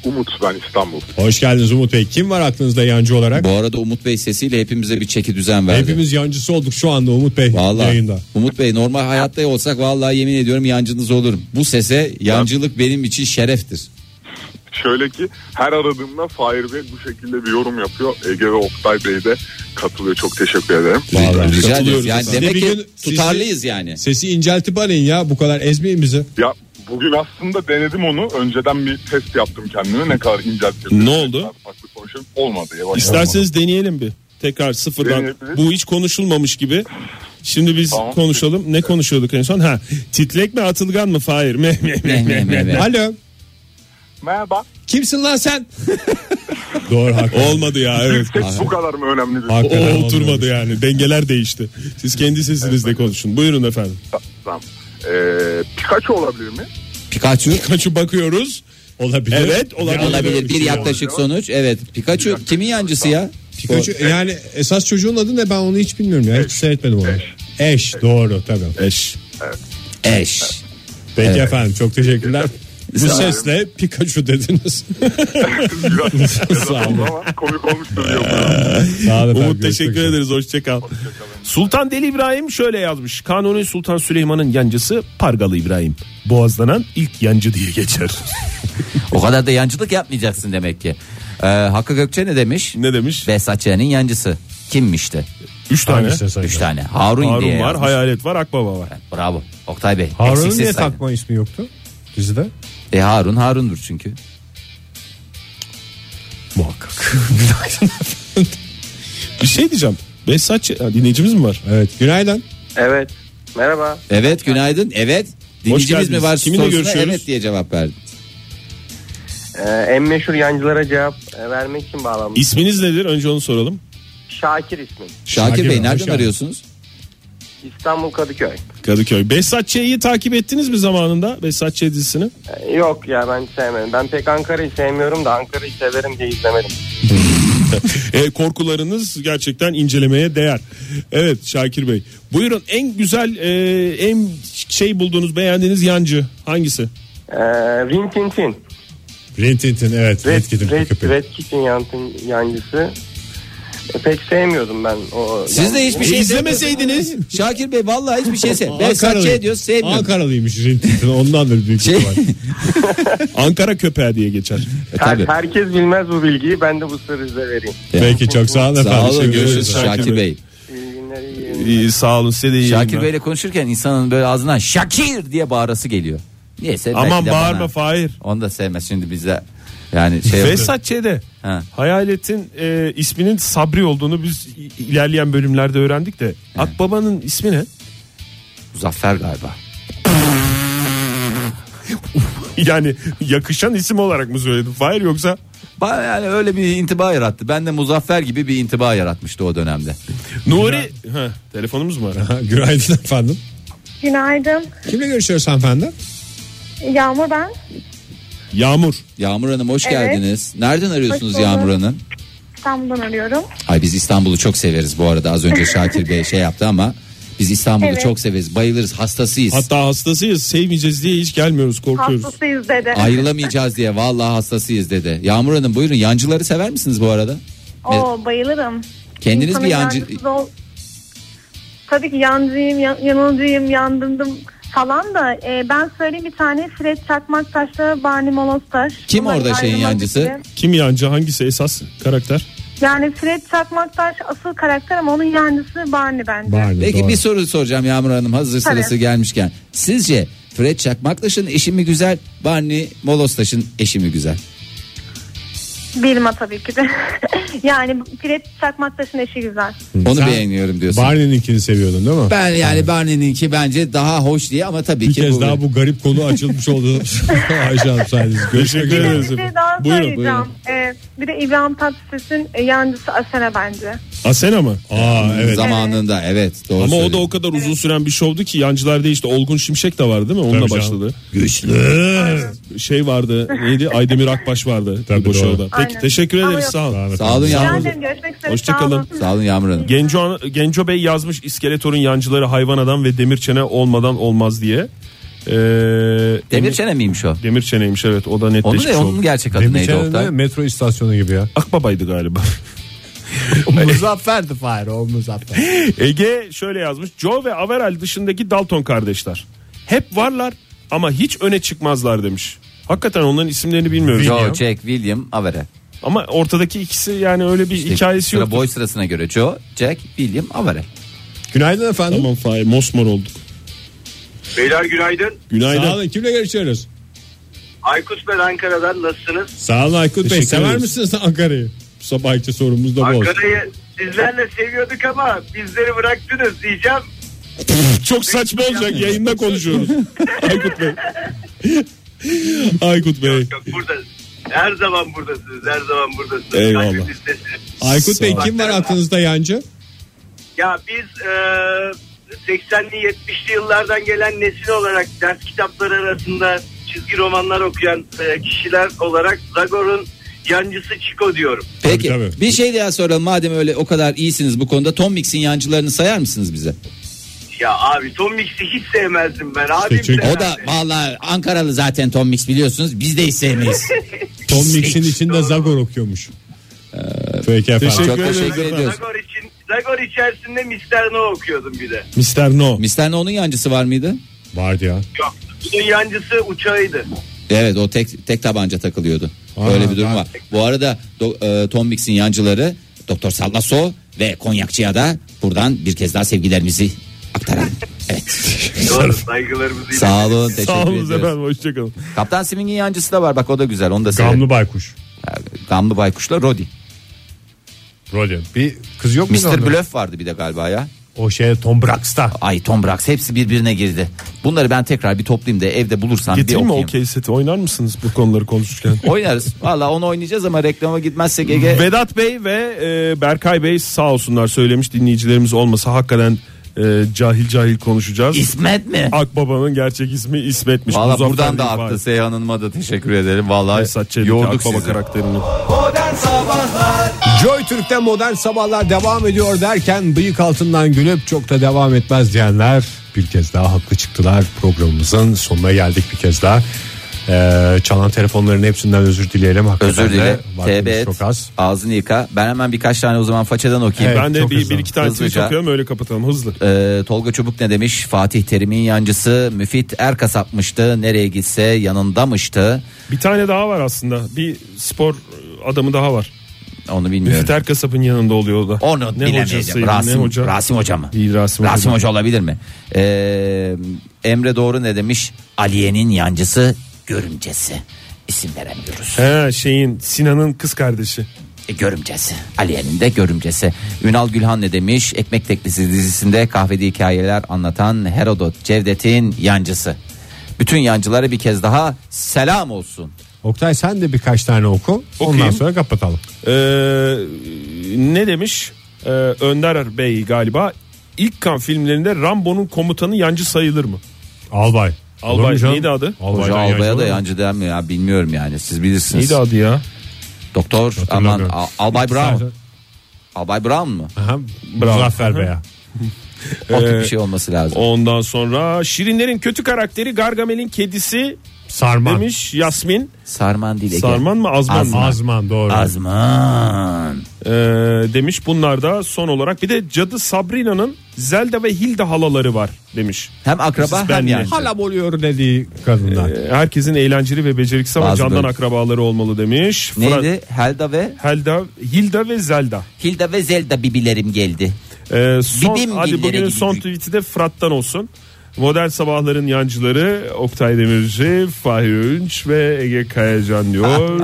J: Umut ben İstanbul.
B: Hoş geldiniz Umut Bey. Kim var aklınızda yancı olarak?
E: Bu arada Umut Bey sesiyle hepimize bir çeki düzen verdi.
B: Hepimiz yancısı olduk şu anda Umut Bey
E: Vallahi
B: yayında.
E: Umut Bey normal hayatta olsak vallahi yemin ediyorum yancınız olurum. Bu sese yancılık benim için şereftir.
J: Şöyle ki her aradığımda Fahir Bey bu şekilde bir yorum yapıyor. Ege ve Oktay Bey de katılıyor. Çok teşekkür ederim.
E: Vallahi rica ederiz.
B: katılıyoruz
E: Yani
B: efendim.
E: demek
B: Bir
E: ki
B: gün sizi-
E: tutarlıyız yani.
B: Sesi inceltip arayın ya bu kadar ezmeyin bizi.
J: Ya bugün aslında denedim onu. Önceden bir test yaptım kendime. Ne kadar incelttim.
I: Ne oldu?
J: Farklı konuşuyorum. Olmadı. Yavaş
I: İsterseniz deneyelim bir. Tekrar sıfırdan.
J: Deneyebiliriz.
I: Bu hiç konuşulmamış gibi. Şimdi biz
J: Tamam.
I: konuşalım. Ne konuşuyorduk en son? Ha, titrek mi atılgan mı Fahir? Meh, meh, meh,
E: Meh, meh,
I: meh,
E: meh,
I: meh.
E: meh.
B: Alo.
K: Merhaba.
F: Kimsin lan sen?
B: Doğru haklı.
F: Olmadı ya evet.
K: Tek bu kadar mı önemlidir?
F: O,
B: Hakikaten
F: o
B: olmamış.
F: oturmadı yani. Dengeler değişti. Siz kendi sesinizle konuşun. Buyurun efendim.
K: Tamam. Ee, Pikachu olabilir mi?
E: Pikachu.
F: Kaçı bakıyoruz?
B: Olabilir.
F: Evet olabilir.
E: Olabilir bir yaklaşık sonuç. Evet Pikachu kimin yancısı ya?
B: Pikachu, yani esas çocuğun adı ne ben onu hiç bilmiyorum ya. Hiç seyretmedim onu. Eş. doğru tabii. Eş.
E: Eş.
B: Peki efendim çok
F: (laughs)
B: teşekkürler. Bu
E: şey
B: sesle Pikachu dediniz.
K: (laughs) Biraz
B: Sağ olun.
K: şey ama komik olmuştur diyor. bana.
B: Sağ olun efendim,
F: Umut teşekkür
B: görüşmek üzere.
F: ederiz. Hoşçakal. Sultan Deli İbrahim şöyle yazmış. Kanuni Sultan Süleyman'ın yancısı Pargalı İbrahim. Boğazlanan ilk yancı diye geçer. (laughs)
E: O kadar da yancılık yapmayacaksın demek ki. Ee, Hakkı Gökçe ne demiş?
F: ne demiş?
E: Behzat Ç'nin yancısı. Kimmişti?
F: Üç tane.
B: Hangisi sayın?
E: Üç tane. Harun, diye
F: Harun var,
E: yazmış.
F: Hayalet var, Akbaba var.
E: Bravo. Oktay Bey.
B: Harun'un
E: eksiksiz
B: niye
E: sayın.
B: takma ismi yoktu dizide?
E: E Harun Harun'dur çünkü.
B: Muhakkak.
F: Bir şey diyeceğim. Behzat Ç- Ha, dinleyicimiz mi var?
B: Evet günaydın.
L: Evet. Merhaba.
E: Evet günaydın. Evet. Dinleyicimiz mi
F: geldiniz.
E: var?
F: Kiminle
E: sorusuna
F: görüşüyoruz?
E: Evet diye cevap verdi.
L: Ee, en meşhur yancılara cevap e, vermek için bağlandım.
F: İsminiz nedir? Önce onu soralım.
L: Şakir ismim.
E: Şakir,
B: Şakir
E: Bey
B: Bey, hoş
E: nereden
B: geldin.
E: arıyorsunuz?
L: İstanbul Kadıköy.
F: Kadıköy. Behzat Ç'yi takip ettiniz mi zamanında? Behzat Ç dizisini.
L: Ee, Yok ya ben sevmedim. Ben pek Ankara'yı sevmiyorum da Ankara'yı severim diye izlemedim.
F: E, korkularınız gerçekten incelemeye değer. Evet Şakir Bey. Buyurun en güzel, e, en şey bulduğunuz, beğendiğiniz yancı hangisi?
L: Ee, Rin Tin Tin.
B: Rintintin evet.
L: Red,
B: Red Kit'in
L: Red,
B: köpeği.
L: Red Kit'in yantın- yancısı. E, pek sevmiyordum ben o.
E: Siz de hiçbir şey
F: izlemeseydiniz.
E: sevmiyorsunuz. Şakir Bey vallahi hiçbir
F: (laughs)
E: şey sevmiyor. Ben
B: Ankaralı.
E: sadece diyor sevmiyorum.
B: Ankaralıymış Rintintin ondan da büyük
E: Şey- (laughs)
B: ihtimal.
F: Ankara köpeği diye geçer.
E: E,
L: Her-
E: tabii.
L: herkes bilmez bu bilgiyi. Ben de bu sırrı size vereyim.
B: Peki çok sağ olun efendim.
E: Sağ olun
B: Teşekkür
E: görüşürüz
B: ederiz.
E: Şakir,
F: Şakir
E: Bey.
L: İyi günler, iyi günler.
F: İyi, sağ olun size de iyi
E: Şakir
F: yayınlar.
E: Bey'le konuşurken insanın böyle ağzından Şakir diye bağırası geliyor. Neyse belki
F: Aman
E: de
F: bağırma
E: bana-
F: Fahir.
E: Onu da sevmez şimdi bize. Yani şey yapıyor.
F: Behzat Ç'de
E: Ha.
F: Hayalet'in e, isminin Sabri olduğunu biz i- ilerleyen bölümlerde öğrendik de Akbaba'nın ismi ne?
E: Muzaffer galiba.
F: (laughs) Yani yakışan isim olarak mı söyledim Fahir yoksa
E: Bana yani öyle bir intiba yarattı. Ben de Muzaffer gibi bir intiba yaratmıştı o dönemde.
F: Nuri ha, telefonumuz mu var?
B: Ha, Günaydın efendim.
C: Günaydın.
B: Kimle görüşüyoruz hanımefendi?
C: Yağmur ben.
F: Yağmur.
E: Yağmur Hanım hoş
C: Evet.
E: geldiniz. Nereden arıyorsunuz
C: bulduk.
E: Yağmur Hanım?
C: İstanbul'dan arıyorum.
E: Ay biz İstanbul'u çok severiz bu arada. Az önce Şakir Bey şey yaptı ama biz İstanbul'u
C: Evet.
E: çok severiz. Bayılırız, hastasıyız.
F: Hatta hastasıyız sevmeyeceğiz diye hiç gelmiyoruz korkuyoruz.
C: Hastasıyız dedi.
E: Ayrılamayacağız diye vallahi hastasıyız dedi. Yağmur Hanım buyurun yancıları sever misiniz bu arada?
C: Oo bayılırım.
E: Kendiniz
C: İnsanın
E: bir yancı-
C: yancısız Ol... Tabii ki yancıyım, yan- yanılcıyım, yandımdım falan da e, ben söyleyeyim bir tane Fred Çakmaktaş'la Barney Molostaş.
E: Kim
C: Bunların
E: orada şeyin
C: ayrılmaz
E: yancısı?
C: ikili.
F: Kim yancı hangisi esas karakter?
C: Yani Fred Çakmaktaş asıl karakter ama onun yancısı Barney bence.
B: Barney,
E: Peki
B: doğru.
E: bir soru soracağım Yağmur Hanım hazır
C: Tabii.
E: sırası gelmişken. Sizce Fred Çakmaktaş'ın eşi mi güzel, Barney Molostaş'ın eşi mi güzel?
C: Bilma tabii ki de. (laughs) yani Fred Çakmaktaş'ın eşi güzel.
E: Onu
B: Sen
E: beğeniyorum diyorsun.
B: Barney'ninkini seviyordun değil mi?
E: ben yani Barney'ninki bence daha hoş diye ama tabii
B: bir
E: ki
B: kez
E: bu-
B: daha bu garip konu açılmış oldu. Ayşe Hanım sayenizde. Görüşmek
F: Teşekkür
B: üzere.
F: ederiz.
C: Bir şey daha
F: Buyurun,
C: söyleyeceğim. Ee, bir de İbrahim Tatlıses'in e, yancısı Asena bence.
F: Asena mı? Aa evet.
E: zamanında evet doğru
F: Ama o da
E: söylüyorsun.
F: o kadar uzun süren bir şovdu ki yancılar değişti. Olgun Şimşek de vardı değil mi? Onunla
B: Tabii canım.
F: başladı. Güçlü. Şey vardı. Neydi? Aydemir Akbaş vardı.
B: Tabii,
F: bu
B: doğru.
F: şovda. Peki
C: Aynen.
F: teşekkür
C: Ama
F: ederiz.
C: yok.
F: Sağ olun.
E: Sağ olun
C: Rica
E: Yağmur.
C: ederim. Görüşmek üzere.
F: Hoşça
C: Sağ
F: kalın.
C: olun.
E: Sağ olun Yağmur Hanım.
F: Genco, Genco Bey yazmış İskeletor'un yancıları hayvan adam ve demir çene olmadan olmaz diye. Ee,
E: Demir Çene miymiş o?
F: Demir çeneymiş evet o da
E: Onu
F: netleşmiş
E: ne onun
F: oldu.
E: gerçek adı
B: Demir
E: neydi Oktay?
B: Çelebi metro istasyonu gibi ya.
F: Akbabaydı galiba.
B: Muzaffer'di Fahir o Muzaffer.
F: Ege şöyle yazmış. Joe ve Averell dışındaki Dalton kardeşler. Hep varlar ama hiç öne çıkmazlar demiş. Hakikaten onların isimlerini bilmiyorum.
E: Joe, Jack, William, Avere.
F: Ama ortadaki ikisi yani öyle bir hikayesi
E: Sıra
F: yok.
E: boy sırasına göre Joe, Jack, William, Avere.
B: Günaydın efendim.
F: Aman Fahir mosmor olduk.
L: Beyler günaydın.
B: Sağ
F: Günaydın.
B: olun kimle görüşüyoruz?
L: Aykut ben Ankara'dan nasılsınız?
B: Sağ olun Aykut Bey.
F: Teşekkür
B: Sever
F: ederiz.
B: misiniz Ankara'yı? Bu sabahki sorumuz da bu olsun. (laughs)
L: Ankara'yı sizlerle seviyorduk ama bizleri bıraktınız diyeceğim.
F: Çok saçma olacak yayında konuşuyoruz. Aykut Bey.
I: Aykut Bey.
L: Burada her zaman buradasınız. Her zaman buradasınız.
I: Eyvallah.
L: Saygı listesi.
B: Aykut Bey kim var aklınızda yancı?
L: Ya biz e, 80'li 70'li yıllardan gelen nesil olarak ders kitapları arasında çizgi romanlar okuyan e, kişiler olarak Zagor'un yancısı Chico diyorum.
E: Peki bir şey daha soralım madem öyle o kadar iyisiniz bu konuda Tom Mix'in yancılarını sayar mısınız bize?
L: Ya abi Tom Mix'i hiç sevmezdim ben. Abim de
E: o da vallahi Ankaralı zaten Tom Mix biliyorsunuz biz de hiç sevmeyiz.
B: Tom Mix'in içinde Zagor okuyormuş. Ee, Peki efendim.
E: Çok (laughs) teşekkür ediyoruz.
L: Zagor, için, Zagor içerisinde Mister No okuyordum bir de.
B: Mister No.
E: Mister No'nun yancısı var mıydı?
B: Vardı ya.
L: Yok. Bunun yancısı uçağıydı.
E: Evet o tek tek tabanca takılıyordu.
L: Aa,
E: Böyle bir durum var. Bu arada do- e, Tom Mix'in yancıları Doktor Sallaso ve Konyakçı'ya da buradan bir kez daha sevgilerimizi aktaralım.
L: Doğru saygılarımızı
E: Sağ olun teşekkür
F: Sağ olun
E: ediyoruz.
F: efendim hoşçakalın.
E: Kaptan Siming'in yancısı da var bak o da güzel onu da
B: Gamlı Baykuş.
E: Gamlı Baykuş'la Rodi.
B: Rolyon. Bir kız yok mu?
E: Mr. Bluff vardı bir de galiba ya.
B: O şey Tom Brax'ta.
E: Ay Tom Brax hepsi birbirine girdi. Bunları ben tekrar bir toplayayım da evde bulursam bir
F: Getireyim mi
E: okuyayım.
F: okey seti oynar mısınız bu konuları konuşurken?
E: Oynarız. Valla onu oynayacağız ama reklama gitmezsek Ege.
F: Vedat Bey ve e, Berkay Bey sağ olsunlar söylemiş dinleyicilerimiz olmasa hakikaten e, cahil cahil konuşacağız.
E: İsmet mi?
F: Akbaba'nın gerçek ismi İsmet'miş.
E: Valla
F: Muzaffer
E: buradan da
F: Bey var.
E: aktı Seyhan Hanım'a da teşekkür ederim. Valla
F: Esat Çelik,
E: yorduk
F: Akbaba
E: sizi.
F: karakterini.
B: Joy Türk'te modern sabahlar devam ediyor derken bıyık altından gülüp çok da devam etmez diyenler bir kez daha haklı çıktılar. Programımızın sonuna geldik bir kez daha. Ee, çalan telefonların hepsinden özür dileyelim. Hakikaten
E: Özür
B: de
E: dilerim.
B: vaktimiz
E: TB et.
B: çok az.
E: Ağzını yıka. Ben hemen birkaç tane o zaman façadan okuyayım.
F: ben de
B: çok
F: bir,
B: hızlı.
F: bir iki tane tweet
E: Hızlıca.
F: okuyorum öyle kapatalım hızlı.
E: Ee, Tolga Çubuk ne demiş? Fatih Terim'in yancısı Müfit Erkasap'mıştı. Nereye gitse yanındamıştı.
F: Bir tane daha var aslında bir spor adamı daha var.
E: Onu bilmiyorum.
F: Müfit Erkasap'ın yanında oluyor o da.
E: Onu
F: hocasıydı,
E: bilemeyeceğim. Rasim,
F: ne hoca?
E: Rasim Hoca mı?
F: Değil Rasim,
E: Rasim
F: Hoca.
E: Hoca olabilir mi? Ee, Emre Doğru ne demiş? Aliye'nin yancısı görümcesi. İsim veremiyoruz.
F: He, şeyin Sinan'ın kız kardeşi.
E: E, görümcesi. Aliye'nin de görümcesi. Ünal Gülhan ne demiş? Ekmek Teklisi dizisinde kahvede hikayeler anlatan Herodot Cevdet'in yancısı. Bütün yancılara bir kez daha selam olsun.
B: Oktay sen de birkaç tane oku. Ondan
F: Okuyayım.
B: sonra kapatalım.
F: Ee, ne demiş Ee, Önder Bey galiba ilk kan filmlerinde Rambo'nun komutanı yancı sayılır mı?
B: Albay.
F: Albay,
B: Olur mu canım?
F: neydi adı?
B: Albay'dan
E: Hoca
B: yancı
E: albaya
B: olur
E: da
B: mu?
E: yancı der mi ya bilmiyorum yani siz bilirsiniz.
F: Neydi adı ya?
E: Doktor aman
B: Hatırlamıyorum.
E: Al- Albay Brown. Albay Brown mu?
B: Aha,
F: Bravo.
B: Muzaffer Bey. ya.
E: O tip
F: Ee,
E: bir şey olması lazım.
F: Ondan sonra Şirinlerin kötü karakteri Gargamel'in kedisi
B: Sarman.
F: demiş Yasmin.
E: Sarman değil Ege.
F: Sarman mı Azman mı?
B: Azman doğru.
E: Azman.
F: Ee, demiş bunlar da son olarak bir de cadı Sabrina'nın Zelda ve Hilda halaları var demiş.
E: Hem akraba
F: Siz
E: hem
F: benle.
E: yancı.
B: Halam oluyor dediği kadından.
F: Ee, Herkesin eğlenceli ve beceriksiz ama
E: Bazı
F: candan
E: böyle-
F: akrabaları olmalı demiş. Fra-
E: Neydi? Helda ve
F: Helda, Hilda ve Zelda.
E: Hilda ve Zelda bibilerim geldi.
F: Ee, son,
E: Bidim
F: hadi
E: dillere
F: bugünün son
E: gidecek.
F: tweet'i de Fırat'tan olsun. Modern sabahların yancıları Oktay Demirci, Fahri Öğünç ve Ege
E: (laughs)
F: Kayacan diyor.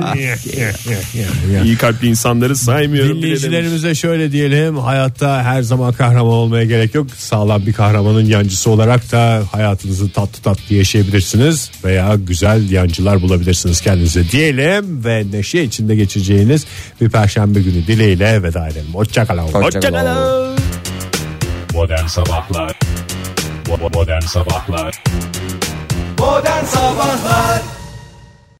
F: İyi kalpli insanları saymıyorum bile demiş.
B: Dinleyicilerimize şöyle diyelim hayatta her zaman kahraman olmaya gerek yok. Sağlam bir kahramanın yancısı olarak da hayatınızı tatlı tatlı yaşayabilirsiniz veya güzel yancılar bulabilirsiniz kendinize diyelim ve neşe içinde geçireceğiniz bir perşembe günü dileğiyle veda edelim. Hoşçakalın.
E: Hoşçakalın.
I: Modern Sabahlar Modern Sabahlar
A: Modern Sabahlar